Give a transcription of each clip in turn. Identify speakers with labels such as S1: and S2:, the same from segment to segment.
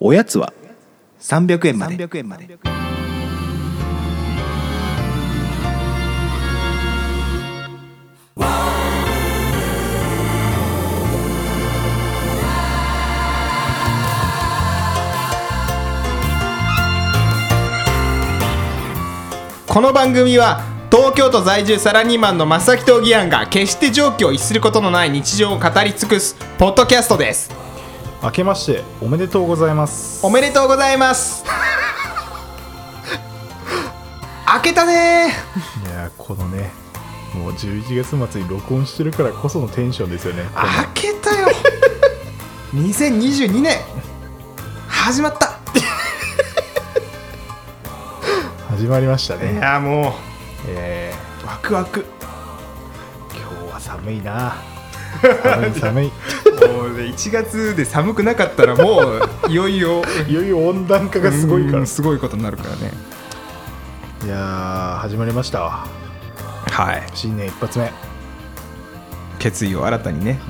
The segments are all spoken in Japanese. S1: おやつは
S2: 300円まで
S3: 300円まで
S4: この番組は東京都在住サラリーマンの正木と義安が決して常軌を逸することのない日常を語り尽くすポッドキャストです
S5: 明けましておめでとうございます
S4: おめでとうございます開けたね
S5: いやーこのねもう11月末に録音してるからこそのテンションですよね
S4: 開けたよ2022年始まった
S5: 始まりました
S4: い
S5: ね
S4: やも
S5: え
S4: うワクワク
S5: ー、今日は寒いな 寒い寒い
S4: もうね1月で寒くなかったらもういよい よ
S5: いよいよ温暖化がすごいか
S4: う
S5: ら
S4: んすごいことになるからね
S5: いやー始まりましたわ
S4: はい
S5: 新年一発目
S4: 決意を新たにね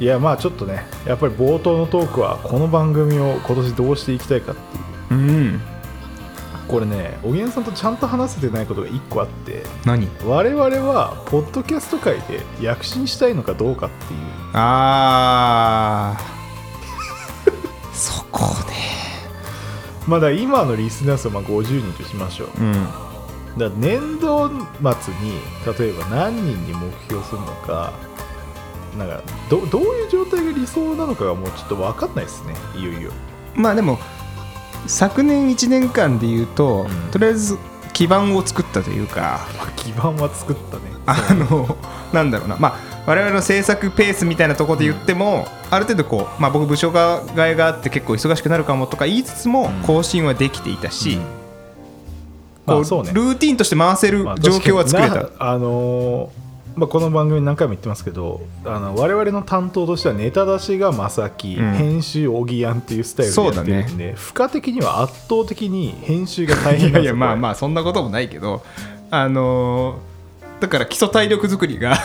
S5: いやまあちょっとねやっぱり冒頭のトークはこの番組を今年どうしていきたいかっていう
S4: うん
S5: これねおぎんさんとちゃんと話せてないことが1個あって
S4: 何
S5: 我々はポッドキャスト界で躍進したいのかどうかっていう
S4: あーそこね
S5: まあだから今のリスナー数をまあ50人としましょう
S4: うん
S5: だから年度末に例えば何人に目標するのかなんかどどういう状態が理想なのかがもうちょっと分かんないですねいよいよ
S4: まあでも昨年1年間で言うと、
S5: うん
S4: とりあえず基盤を作ったというか
S5: まあ基盤は作ったね
S4: あのなんだろうなまあ我々の制作ペースみたいなところで言っても、ある程度こう、まあ、僕部署が替えがあって結構忙しくなるかもとか言いつつも
S5: ん
S4: 更新はできていたし、
S5: うん
S4: こ
S5: ま
S4: う
S5: あそうね
S4: ルーティンとして回せる
S5: まあ
S4: 状況は作れた、
S5: 確かになあのーまあ、この番組何回も言ってますけどあの我々の担当としてはネタ出しが正木、
S4: うん
S5: 編集おぎやんっていうスタイルでやってる
S4: そ
S5: ん
S4: う
S5: で、負荷的には圧倒的に編集が大変
S4: いやい
S5: なんです
S4: や
S5: よ
S4: まあま
S5: あ
S4: あそんなこともないけどあのーだから基礎体力作りが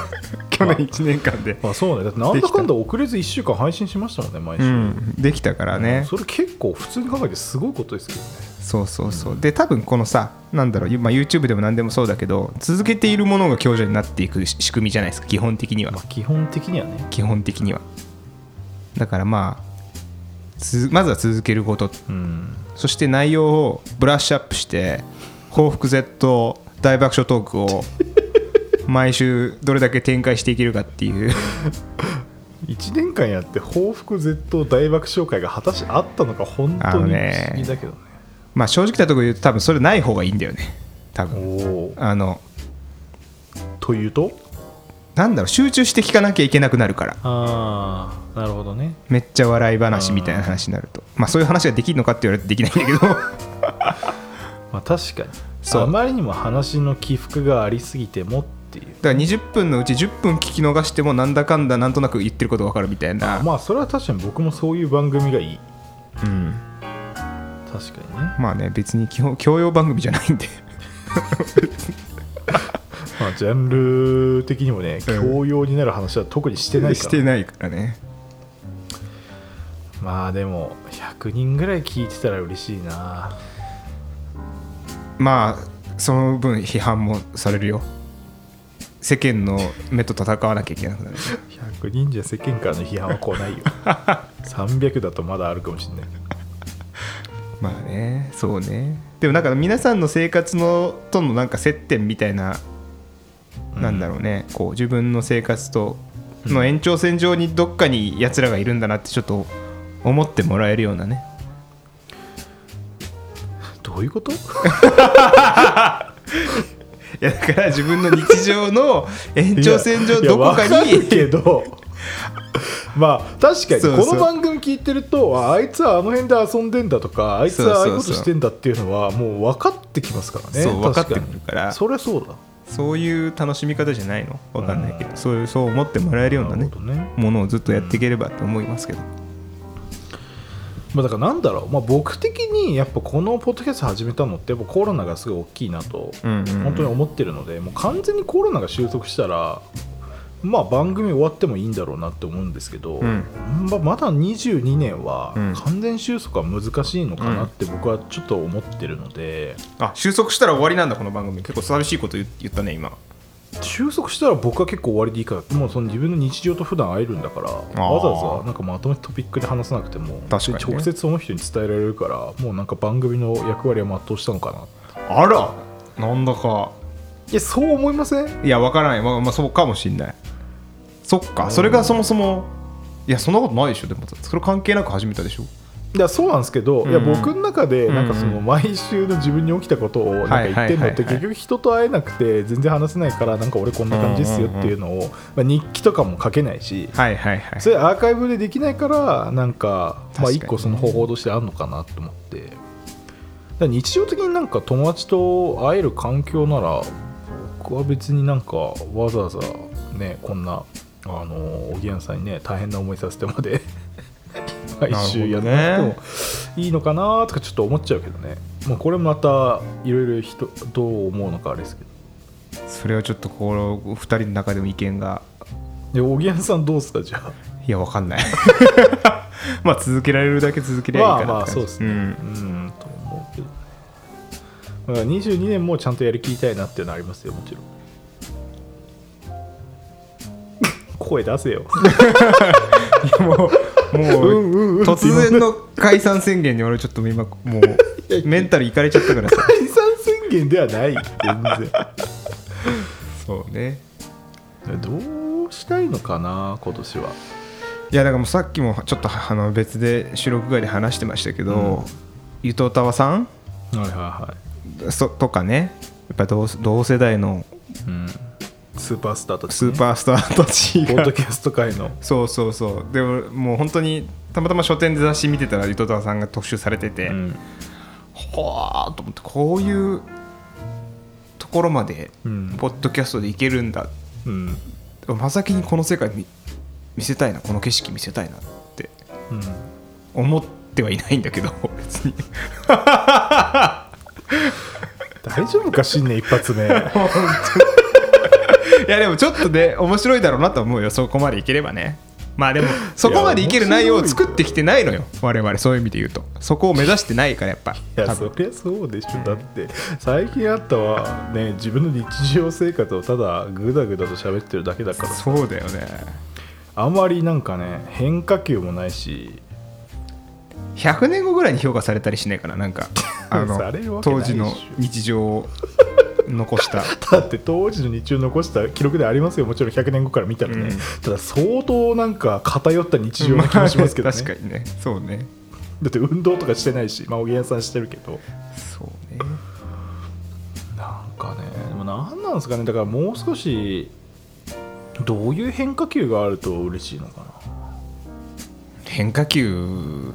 S4: 去年1年間で、
S5: まあそうねだってなんだかんだ遅れず1週間配信しましたもんね毎週、
S4: うん、できたからね、
S5: それ結構普通に考えてすごいことですけどね
S4: そうそうそう、で多分このさなんだろう、まあ、YouTube でも何でもそうだけど続けているものが強者になっていくし仕組みじゃないですか基本的には
S5: まあ基本的にはね
S4: 基本的にはだからまあつまずは続けること
S5: うん
S4: そして内容をブラッシュアップして報復 Z 大爆笑トーク を毎週どれだけ展開していけるかっていう
S5: 1年間やって報復絶倒大爆笑会が果たしてあったのか本
S4: あ
S5: 当
S4: の
S5: に不
S4: ね
S5: 思議だけどね
S4: まあ正直なところ言うと多分それない方がいいんだよね多
S5: お
S4: 分
S5: おー
S4: あの
S5: というと
S4: なんだろう集中して聞かなきゃいけなくなるから
S5: ああなるほどね
S4: めっちゃ笑い話みたいな話になるとまあそういう話ができるのかって言われるとできないんだけ ど
S5: まあ確かに
S4: そう
S5: あまりにも話の起伏がありすぎてもっていう
S4: だから20分のうち10分聞き逃してもなんだかんだなんとなく言ってること分かるみたいな
S5: まあそれは確かに僕もそういう番組がいい
S4: うん、
S5: 確かにね、
S4: まあね別に基本教養番組じゃないんで
S5: まあ、ジャンル的にもね
S4: うん
S5: 教養になる話は特にしてないか ら、
S4: してないからね
S5: まあでも100人ぐらい聞いてたら嬉しいな
S4: まあその分批判もされるよ世間の目と戦わなきゃいけなく なる
S5: 100人じゃ世間からの批判は来 ないよ300だとまだあるかもしれない
S4: まあねそうねでもなんか皆さんの生活のとのなんか接点みたいな、なんだろうねこう自分の生活との延長線上にどっかにやつらがいるんだなってちょっと思ってもらえるようなね
S5: どういうこと
S4: いやだから自分の日常 の延長線上
S5: いや
S4: どこか
S5: いやわる
S4: に
S5: け どまあ確かに
S4: そうそう
S5: この番組聞いてるとああいつはあの辺で遊んでんだとかあいつはああいうこ
S4: そうそうそう
S5: としてんだっていうのはもう分かってきますからね
S4: そう分かっ
S5: 確
S4: て
S5: か
S4: く
S5: に
S4: るから
S5: そりゃそうだ
S4: そういう楽しみ方じゃないのわかんないけど、そういうそう思ってもらえるような
S5: なる
S4: ね
S5: ほどね
S4: ものをずっとやっていければと思いますけど、
S5: まあ、だからなんだろう、まあ、僕的にやっぱこのポッドキャスト始めたのってやっぱコロナがすごい大きいなと
S4: うんうんうん
S5: 本当に思ってるので、もう完全にコロナが収束したらまあ、番組終わってもいいんだろうなって思うんですけど、
S4: うん
S5: まあまだ22年は
S4: うん
S5: 完全収束は難しいのかなって僕はちょっと思ってるので、
S4: あ収束したら終わりなんだこの番組結構寂しいこと言言ったね今
S5: 収束したら僕は結構終わりでいいからもうその自分の日常と普段会えるんだから
S4: ー
S5: わざわざなんかまとめたトピックで話さなくても
S4: 確かにね
S5: 直接その人に伝えられるからもうなんか番組の役割は全うしたのかな
S4: あらなんだか
S5: いやそう思いません
S4: いやわからないまあ、まあ、そうかもしんないそっかそれがそもそもいやそんなことないでしょでもそれ関係なく始めたでしょ
S5: いやそうなんですけど、いや
S4: うんうん
S5: 僕の中でなんかそ
S4: うん
S5: の
S4: う
S5: 毎週の自分に起きたことをなんか言ってるのって
S4: はいはいはいはい
S5: 結局人と会えなくて全然話せないからなんか俺こんな感じですよっていうのを、まあ、日記とかも書けないし
S4: はいはいはい
S5: それアーカイブでできないからなんか
S4: 確
S5: ま
S4: か
S5: あ
S4: に
S5: 一個その方法としてあるのかなと思ってだから日常的になんか友達と会える環境なら僕は別になんかわざわざねこんなあのおぎやんさんにね大変な思いさせてまで 毎週やらなくてもいいのかなとかちょっと思っちゃうけどねまあこれまたいろいろ人どう思うのかあれですけど
S4: それはちょっとこの2人の中でも意見が
S5: でおぎやんさんどうですかじゃあ
S4: いやわかん ないまあ続けられるだけ続けりゃいいかなって
S5: まあまあ
S4: 感じ
S5: そうですね
S4: ん
S5: うんと思うけどねだから22年もちゃんとやりきりたいなっていうのはありますよもちろん 声出 せよ
S4: もうもう
S5: うんうんうん
S4: 突然の解散宣言に俺ちょっと今 もうメンタルいかれちゃったからさ
S5: 解散宣言ではない全
S4: そうね
S5: 然 どうしたいのかな今年はい
S4: やだからもうさっきもちょっとあの別で収録外で話してましたけ
S5: うん
S4: ど、伊藤たわさん
S5: はいはいは
S4: そとかねやっぱ同同世代の
S5: い、うん、スーパースターと
S4: スーパースターたち
S5: ポッド
S4: が
S5: キャスト界 の
S4: そうそうそうでももう本当にたまたま書店で雑誌見てたら伊藤たわさんが特集されてて、
S5: うん
S4: ほわーと思ってこういうところまで
S5: うん
S4: ポッドキャストでいけるんだ
S5: うん
S4: まさきにこの世界見見せたいなこの景色見せたいなって
S5: うん
S4: 思ってはいないんだけど 別に
S5: 大丈夫か新年一発目
S4: いやでもちょっとね面白いだろうなと思うよそこまでいければねまあでもそこまでいける内容を作ってきてないのよ我々そういう意味で言うとそこを目指してないからやっぱ
S5: いや
S4: 多
S5: そ
S4: 分
S5: りゃそうでしょだって最近あったはね自分の日常生活をただグダグダと喋ってるだけだから
S4: そうだよね
S5: あまりなんかね変化球もないし
S4: 100年後ぐらいに評価されたりしないかななんかあ
S5: される
S4: の
S5: わけな
S4: 当
S5: いでし
S4: 時
S5: ょ
S4: の日常を残した
S5: だって当時の日中残した記録ではありますよもちろん100年後から見たらね、
S4: うん
S5: ただ相当なんか偏った 日常な気もしま すけどね
S4: 確かにねそうね
S5: だって運動とかしてないしまあおぎやさんしてるけど
S4: そうね
S5: なんかねでもなんなんですかねだからもう少しどういう変化球があると嬉しいのかな
S4: 変化球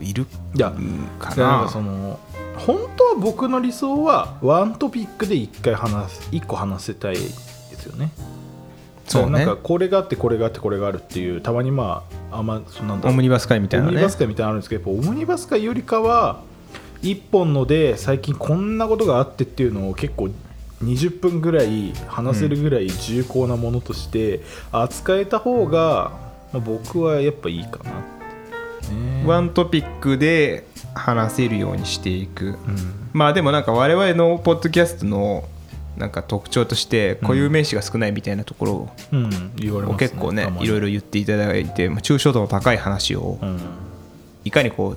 S4: いる
S5: いや
S4: か
S5: でなん
S4: な
S5: かその本当は僕の理想はワントピックで1回話す1個話せたいですよね
S4: そうね
S5: なんかこれがあってこれがあってこれがあるっていうたまにまああんまそんなんだ
S4: オムニバス会みたいな
S5: オム
S4: ね
S5: ニバス会みたいなのあるんですけどやっぱオムニバス会よりかは1本ので最近こんなことがあってっていうのを結構20分ぐらい話せるぐらい重厚なものとして扱えた方が、まあ僕はやっぱいいかなって、ね
S4: ワントピックで話せるようにしていく、
S5: うん
S4: まあでもなんか我々のポッドキャストのなんか特徴として固有名詞が少ないみたいなところを
S5: うん、言われます、
S4: 結構ね
S5: たまに
S4: いろいろ言っていただいてまあ抽象度の高い話を
S5: うん
S4: いかにこう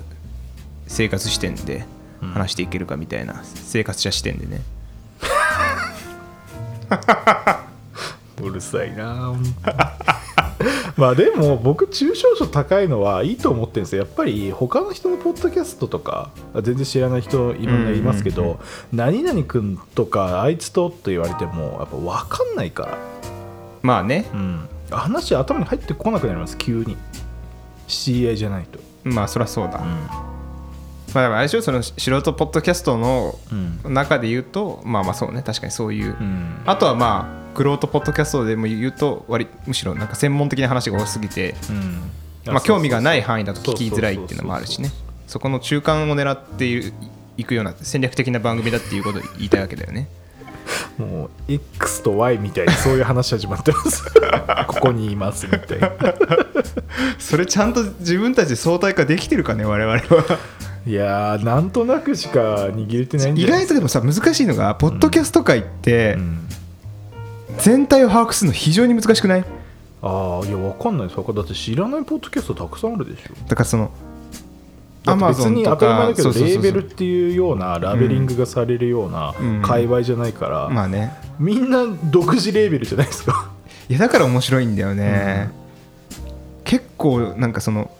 S4: 生活視点で
S5: うん
S4: 話していけるかみたいな生活者視点でね
S5: うるさいな本当に まあでも僕中小度高いのはいいと思ってるんですよやっぱり他の人のポッドキャストとか全然知らない人いろんないますけど、
S4: うんうんう
S5: 何々君とかあいつとって言われてもやっぱ分かんないから、
S4: まあね
S5: うん、話頭に入ってこなくなります急に知り合いじゃないと、
S4: まあそりゃそうだ、
S5: う
S4: ま
S5: ん
S4: あでも相性その素人ポッドキャストの
S5: うん
S4: 中で言うとまあまあそうね確かにそういう、
S5: うん
S4: あとはまあクロートポッドキャストでも言うと割むしろなんか専門的な話が多すぎて、
S5: うん
S4: まあ、興味がない範囲だと
S5: そう
S4: 聞
S5: そうそう
S4: きづらいっていうのもあるしねそこの中間を狙っているいくような戦略的な番組だっていうことを言いたいわけだよね
S5: もう X と Y みたいなそういう話始まってます ここにいますみたいな
S4: それちゃんと自分たちで相対化できてるかね我々は
S5: いやーなんとなくしか握れてないん
S4: 意
S5: じゃない
S4: 外とでもさ難しいのがポッドキャスト界って
S5: うん
S4: 全体を把握するの非常に難しくない
S5: ああいやわかんないですだって知らないポッドキャストたくさんあるでしょ
S4: だからその
S5: だって別
S4: Amazon
S5: に当
S4: と
S5: たり前
S4: か
S5: だけど
S4: そうそうそう
S5: レ
S4: そ
S5: ー
S4: う
S5: ベルっていうようなラベリングがされるような
S4: うん
S5: 界隈じゃないから、
S4: まあね
S5: みんな独自レーベルじゃないですか
S4: いやだから面白いんだよね、結構なんかその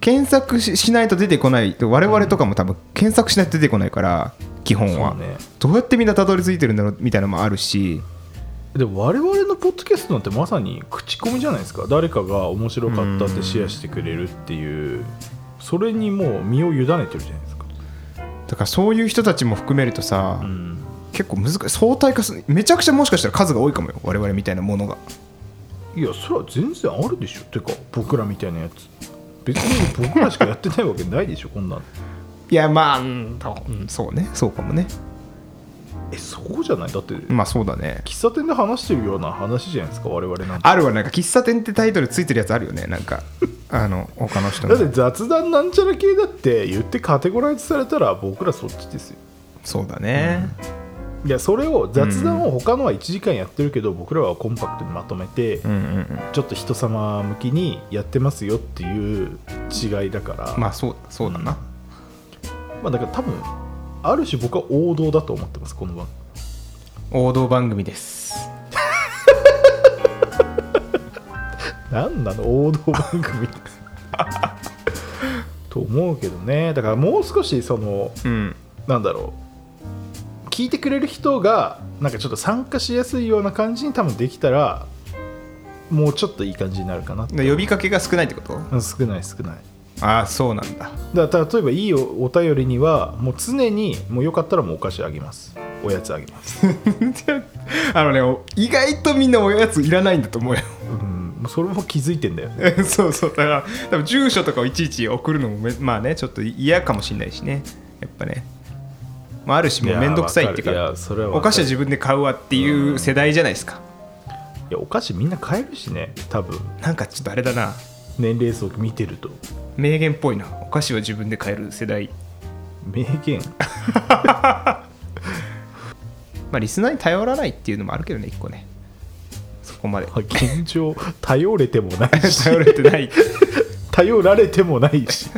S4: 検索ししないと出てこないと我々とかも多分検索しないと出てこないから基本は、
S5: そうね
S4: どうやってみんなたどり着いてるんだろうみたいなのもあるし
S5: でも我々のポッドキャストなんてまさに口コミじゃないですか誰かが面白かったってシェアしてくれるっていうそれにもう身を委ねてるじゃないですか、
S4: だからそういう人たちも含めるとさ、
S5: うん、
S4: 結構難しい相対化するめちゃくちゃもしかしたら数が多いかもよ我々みたいなものが
S5: いやそれは全然あるでしょてか僕らみたいなやつ別に僕らしかやってないわけないでしょ こんなの
S4: いやまあ、うんそうねそうかもね
S5: えそうじゃないだって喫
S4: まあそうだね
S5: 茶店で話してるような話じゃないですか我々なんて
S4: あるわなんか喫茶店ってタイトルついてるやつあるよねなんかあの他の人
S5: だ
S4: の
S5: って雑談なんちゃら系だって言ってカテゴライズされたら僕らそっちですよ
S4: そうだね、
S5: いやそれを雑談を他のは1時間やってるけど、僕らはコンパクトにまとめて、
S4: うん、うんうん
S5: ちょっと人様向きにやってますよっていう違いだから
S4: まあそうそうだな、
S5: まあだから多分ある種僕は王道だと思ってますこの番組
S4: 王道番組です
S5: なんなの王道番組と思うけどねだからもう少しその
S4: うん
S5: なんだろう聞いてくれる人がなんかちょっと参加しやすいような感じに多分できたらもうちょっといい感じになるかなって
S4: 呼びかけが少ないってこと
S5: うん少ない少ない
S4: ああそうなんだ
S5: だから例えばいいおお便りにはもう常にもうよかったらもうお菓子あげますおやつあげます、
S4: あのねお意外とみんなおやついらないんだと思うよ
S5: うん、もうそれも気づいてんだよね
S4: そうそうだから多分住所とかをいちいち送るのもめまあねちょっと嫌かもしれないしねやっぱね、まあ、あるしもう面倒くさいっていう
S5: い
S4: か
S5: やわかるいやそれはわかる
S4: お菓子は自分で買うわっていう世代じゃないですか、
S5: いやお菓子みんな買えるしね多分
S4: なんかちょっとあれだな
S5: 年齢層見てると
S4: 名言っぽいなお菓子は自分で買える世代
S5: 名言
S4: まあリスナーに頼らないっていうのもあるけどね一個ねそこまで
S5: 現状頼れても ないし
S4: 頼れてない
S5: 頼られてもないし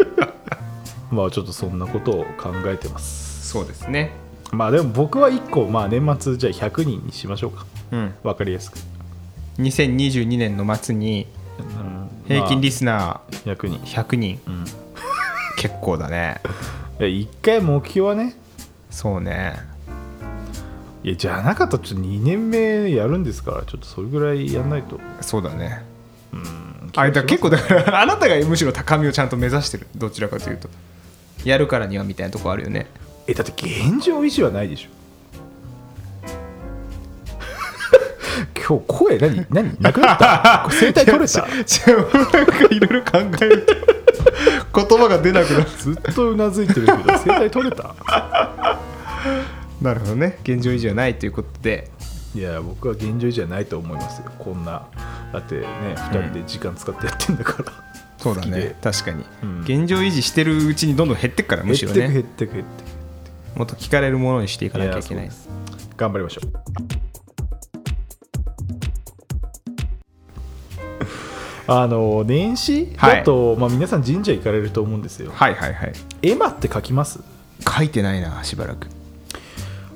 S5: まあちょっとそんなことを考えてます
S4: そうですね
S5: まあでも僕は1個まあ年末じゃあ100人にしましょうか
S4: うん
S5: わかりやすく、
S4: 2022年の末に
S5: うん
S4: 平均リ
S5: ス
S4: スナ
S5: 100人
S4: ー100人、
S5: ん
S4: 結構だね
S5: 1回目標はね
S4: そうね
S5: いやじゃなかったらちょっと2年目やるんですからちょっとそれぐらいやんないと
S4: そうだね
S5: うん
S4: あれだ結構だから あなたがむしろ高みをちゃんと目指してるどちらかというとやるからにはみたいなとこあるよね
S5: えだって現状維持はないでしょ 今日声何何なくな った声帯取れた
S4: じゃあなんかいろいろ考えると 言葉が出なくなる
S5: ずっとうなずいてるけど声帯取れた
S4: なるほどね現状維持はないということで
S5: いや僕は現状維持はないと思いますよこんなだってね2人で時間使ってやってんだから、
S4: そうだ
S5: 好きで
S4: ね確かに、
S5: うん
S4: 現状維持してるうちにどんどん減ってくからむし
S5: 減
S4: ろ
S5: ってく減
S4: ね
S5: ってく減ってく
S4: もっと聞かれるものにしていかなきゃいけない
S5: やそう です頑張りましょうあの年始
S4: はい
S5: だと、まあ、皆さん神社行かれると思うんですよ
S4: はいはいはい
S5: 絵馬って書きます
S4: 書いてないなしばらく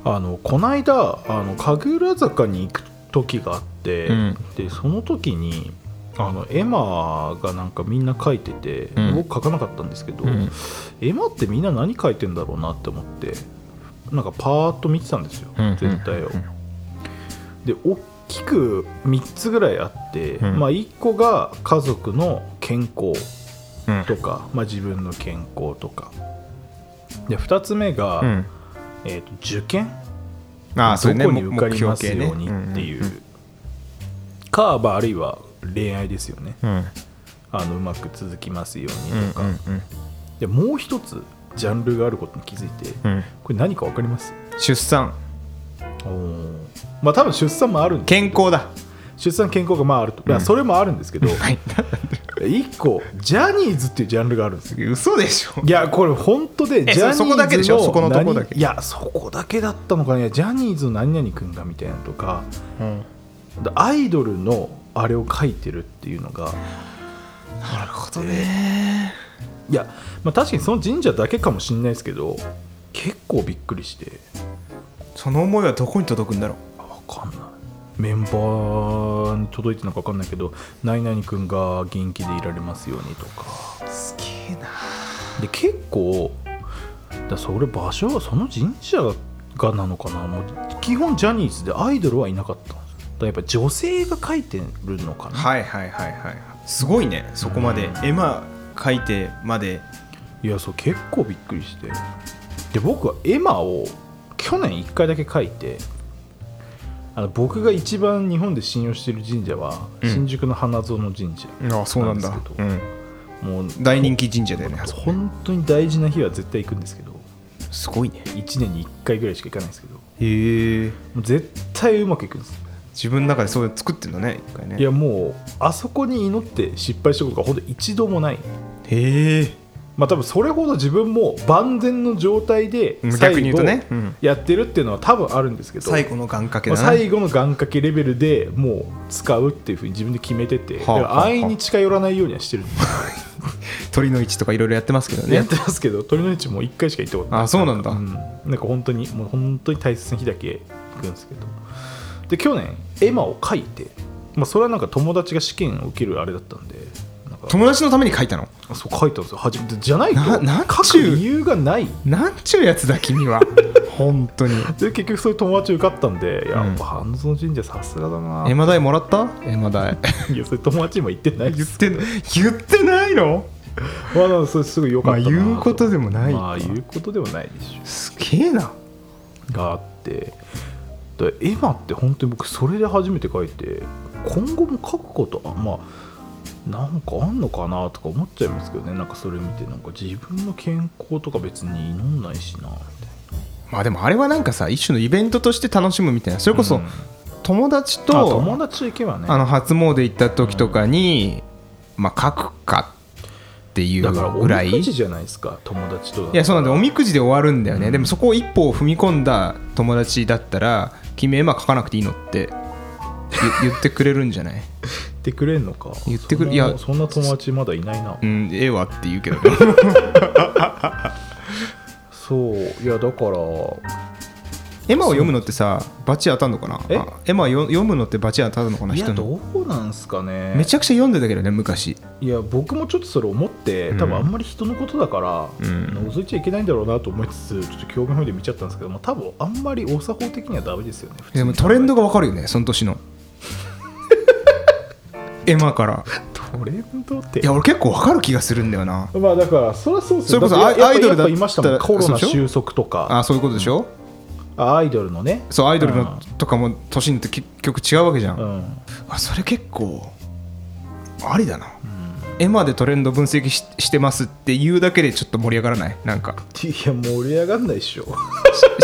S5: あのこの間あの神楽坂に行く時があって、
S4: うん
S5: でその時にあのエマがなんかみんな書いてて、
S4: うん
S5: 僕書かなかったんですけど、
S4: うん
S5: エマってみんな何書いてんだろうなって思ってなんかパーッと見てたんですよ、
S4: うん
S5: 全体
S4: う
S5: を
S4: ん。
S5: で大きく3つぐらいあって、
S4: うん
S5: まあ、1個が家族の健康
S4: うん
S5: とか、まあ、自分の健康とかで2つ目が、
S4: うん
S5: えーと受験
S4: ああそうね
S5: どこに受かります
S4: 目
S5: よう
S4: 標
S5: に
S4: 系ね
S5: っていう,、か、まあ、あるいは恋愛ですよね
S4: うんうん
S5: あのうまく続きますよう
S4: うん
S5: にとか、
S4: うん
S5: でもう一つジャンルがあることに気づいて
S4: うんうん
S5: これ何か分かります
S4: 出産
S5: あおまあ多分出産もあるんで
S4: 健康だ
S5: 出産健康がまああると、いやそれもあるんですけど一個ジャニーズっていうジャンルがあるんです よ
S4: 嘘でしょ
S5: いやこれ本当で
S4: え
S5: ジャニーズの
S4: そこだけでしょそこのとこだけ
S5: 何いやそこだけだったのかねジャニーズの何々君がみたいなのとか
S4: うん
S5: アイドルのあれを書いてるっていうのが
S4: なるほどね
S5: いや、まあ、確かにその神社だけかもしれないですけど結構びっくりして
S4: その思いはどこに届くんだろ
S5: あわかんないメンバーに届いてるのかわかんないけど「何々君が元気でいられますように」とか
S4: うすげえな
S5: で結構だそれ場所はその神社がなのかなもう基本ジャニーズでアイドルはいなかったんですよだからやっぱ女性が書いてるのかな、
S4: はいはいはいはいすごいねそこまで絵馬描いてまで
S5: い、やそう結構びっくりしてで僕はエマを去年1回だけ書いてあの僕が一番日本で信用してる神社は
S4: うん
S5: 新宿の花園神社、
S4: あそうなんだ
S5: なんですけ
S4: うん
S5: もう
S4: 大人気神社だよねあそこ
S5: 本当に大事な日は絶対行くんですけど
S4: すごいね
S5: 1年に1回ぐらいしか行かないんですけども
S4: へえ
S5: う絶対うまくいくんです
S4: 自分の中でそういうの作ってんだね一回ね
S5: いやもうあそこに祈って失敗したことがほんと一度もない
S4: へえ
S5: まあ多分それほど自分も万全の状態で
S4: うん
S5: 最
S4: 逆に言うと
S5: 後
S4: ねうん
S5: やってるっていうのは多分あるんですけど
S4: 最後の願掛け
S5: まあ
S4: だな
S5: 最後の願掛けレベルでもう使うっていうふうに自分で決めててだ
S4: はあ
S5: から安易に近寄らないようにはしてる
S4: 鳥の位置とかいろいろ やってますけどね
S5: やってますけど鳥の市も1回しか行ったことない
S4: あそうなんだ
S5: うん、なんか本当にもう本当に大切な日だけ行くんですけどで去年エマを書いて、まあ、それはなんか友達が試験を受けるあれだったんでなんか
S4: 友達のために書いたの
S5: そう書いたんですよ初めてじゃないと
S4: ななんちゅう
S5: 書く理由がない
S4: なんちゅうやつだ君 は本当に
S5: で結局そういう友達受かったんで、いや
S4: うん
S5: やっぱ半蔵神社さすがだな
S4: エマ代もらったエマ代
S5: いやそれ友達にも言ってないで
S4: 言っ
S5: す
S4: てな言ってないの
S5: まあそれすぐ良かったなと
S4: まあ言うことでもない
S5: まあ言うことでもないでしょ
S4: すげえな
S5: があってでエマって本当に僕それで初めて書いて今後も書くことあまあなんかあんのかなとか思っちゃいますけどねなんかそれ見てなんか自分の健康とか別に祈んないしなみ
S4: まあでもあれはなんかさ一種のイベントとして楽しむみたいなそれこ
S5: う
S4: そ
S5: ん
S4: 友達
S5: たいなあ
S4: と、
S5: 友達と行けばね
S4: あの初詣行った時とかに、まあ書くかってい
S5: だから
S4: う
S5: お
S4: ぐら
S5: み
S4: い
S5: くじじゃないですか友達とだ
S4: いやそうなんでおみくじで終わるんだよね、
S5: うん
S4: でもそこを一歩踏み込んだ友達だったら君絵馬書かなくていいのって ゆ言ってくれるんじゃない、
S5: 言ってくれんのか
S4: 言ってくれ
S5: そんない
S4: や
S5: そんな友達まだいないな
S4: うん、絵はって言うけど ね
S5: そういやだから
S4: 絵馬を読むのってさバチ当たんのかな
S5: え
S4: あ絵馬をよ読むのってバチ当たるのかない
S5: や
S4: 人の
S5: どうなんすかね
S4: めちゃくちゃ読んでたけどね昔
S5: いや僕もちょっとそれ思って
S4: うん
S5: 多分あんまり人のことだから、
S4: うん
S5: 覗いちゃいけないんだろうなと思いつつちょっと興味本位で見ちゃったんですけども多分あんまりお作法的にはダメですよね普通
S4: で
S5: に
S4: もトレンドがわかるよねその年 の絵馬から
S5: トレンドって
S4: いや俺結構わかる気がするんだよな
S5: まあだからそりゃそうです
S4: それ
S5: よ
S4: こそ
S5: だってやっ
S4: ア
S5: ぱ
S4: イアイドルだ
S5: やっぱいましたも
S4: だ
S5: ん
S4: った
S5: コ
S4: ら
S5: ロナ
S4: そうでしょ
S5: 収束とか
S4: あそういうことでしょ、
S5: あアイドルのね
S4: そうアイドル
S5: う
S4: のとかも年によって結局違うわけじゃん、
S5: うん、
S4: あそれ結構ありだな、絵馬でトレンド分析ししてますっていうだけでちょっと盛り上がらないなん か
S5: いや盛り上がんないでしょ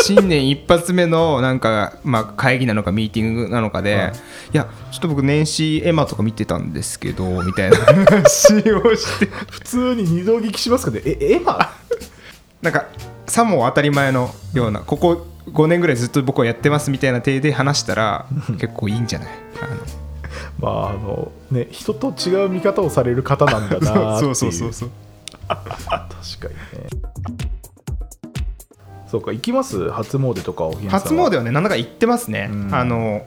S4: し新年一発目のなんか、まあ、会議なのかミーティングなのかで、
S5: はい
S4: い、やちょっと僕年始絵馬とか見てたんですけどみ たいな話をして
S5: 普通に二度聞きしますけどえエマ
S4: なんかさも当たり前のようなここ5年ぐらいずっと僕はやってますみたいな体で話した ら結構いいんじゃないあの
S5: まああのね人と違う見方をされる方なんだなーってい
S4: そう
S5: 確かにねそうか行きます初詣とかおひなさ
S4: 初
S5: んは
S4: 詣はねなんだか行ってますね、
S5: うん
S4: あの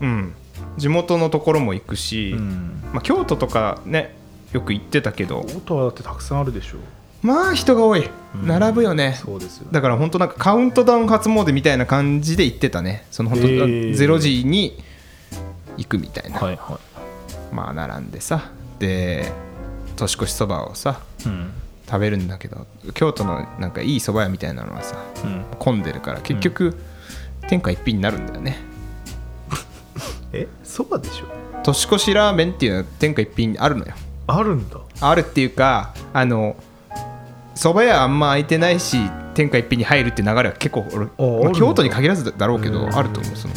S4: うん地元のところも行くし、
S5: うん
S4: まあ、京都とかねよく行ってたけど
S5: 京都はだってたくさんあるでしょう
S4: まあ人が多い
S5: うん
S4: 並ぶよね、
S5: そうですよね
S4: だから本当なんかカウントダウン初詣みたいな感じで行ってたねその本当
S5: へー
S4: 0時に行くみたいな、
S5: はいは
S4: まあ並んでさで年越しそばをさ
S5: いうん
S4: 食べるんだけど京都のなんかいいそば屋みたいなのはさ
S5: うん
S4: 混んでるから結局、天下一品になるんだよね
S5: えそばでしょ
S4: 年越しラーメンっていうのは天下一品あるのよ
S5: あるんだ
S4: あるっていうかあの蕎麦屋あんま空いてないし天下一品に入るって流れは結構俺、
S5: あ
S4: ま
S5: あ
S4: あ
S5: る
S4: 京都に限らずだろうけ
S5: う
S4: ど
S5: ん
S4: あると思うその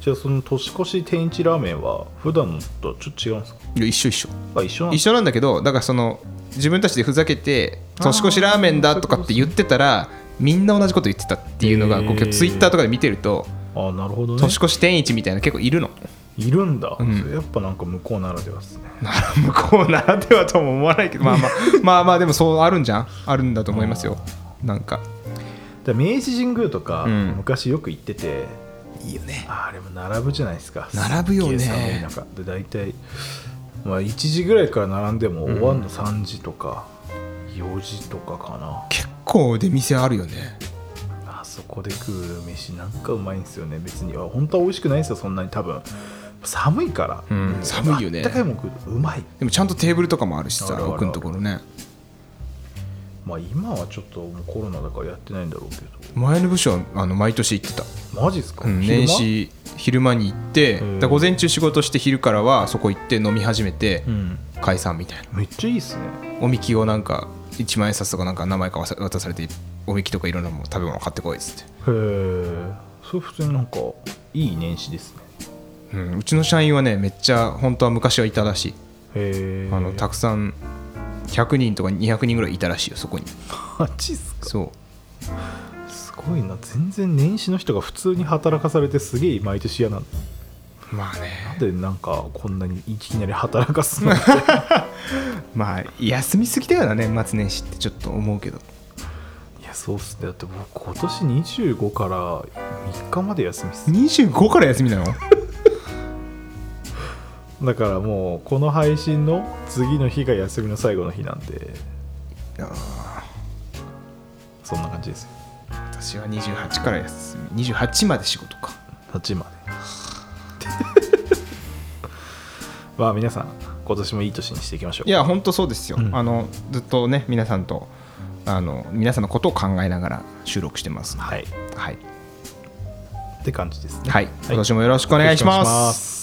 S5: じゃあその年越し天一ラーメンは普段のとはちょっと違うんですか
S4: いや一緒一緒
S5: あ一緒なん
S4: 一
S5: です
S4: 緒なんだけどだからその自分たちでふざけて年越しラーメンだとかって言ってたらみんな同じこと言ってたっていうのがこう
S5: へー
S4: 今日ツイッターとかで見てると
S5: あなるほどね
S4: 年越し天一みたいな結構いるの
S5: いるんだ、
S4: うん
S5: それやっぱなんか向こうならではですね
S4: 向こうならではとも思わないけどまあまあまあまあでもそうあるんじゃんあるんだと思いますよなんか
S5: だから明治神宮とか
S4: うん
S5: 昔よく行ってて、
S2: いいよね
S5: あれも並ぶじゃないですか
S2: 並ぶよね
S5: すっげえ寒い中で大体、まあ、1時ぐらいから並んでも終わんの3時とか4時とかかな、
S4: 結構出店あるよね
S5: あそこで食う飯なんかうまいんですよね別にあ本当は美味しくないんですよそんなに多分寒いから、
S4: うん寒いよね
S5: あったかいもん食うとうまい
S4: でもちゃんとテーブルとかもあるし
S5: あ
S4: さ
S5: るある
S4: 奥のところね
S5: まあ今はちょっともうコロナだからやってないんだろうけ
S4: 前の部署はあの毎年行ってた、
S5: どマジですか、
S4: うん
S5: 昼間
S4: 年始昼間に行ってだ
S5: ん
S4: から午前中仕事して昼からはそこ行って飲み始めて
S5: うん
S4: 解散みたいな
S5: めっちゃいいっすね
S4: おみきをなんか一万円札とかなんか名前か渡されておみきとかいろんなもん食べ物買ってこいっつっ
S5: へえそれ普通になんかいい年始ですね
S4: て、うん、うちの社員はねめっちゃ本当は昔はいたらしい
S5: へえ
S4: あのたくさん100人とか200人ぐらいいたらしいよそこに
S5: マジっすか
S4: そう
S5: すごいな全然年始の人が普通に働かされてすげえ毎年嫌なんだ
S4: まあね
S5: なんでなんかこんなにいきなり働かすのって
S4: まあ休みすぎだよな年末年始ってちょっと思うけど
S5: いやそうっすねだって僕今年25から3日まで休みっす
S4: 25から休みな の
S5: だからもうこの配信の次の日が休みの最後の日なんでそんな感じですよ
S4: 私は28から休み28まで仕事か
S5: 8時ま でまあ皆さん今年もいい年にしていきましょう
S4: いや本当そうですよ、
S5: うん
S4: あのずっとね皆さんとあの皆さんのことを考えながら収録してます
S5: はい
S4: はい、
S5: って感じですね
S4: はい、今年もよろしくお願いし
S5: よろくお願
S4: ます
S5: す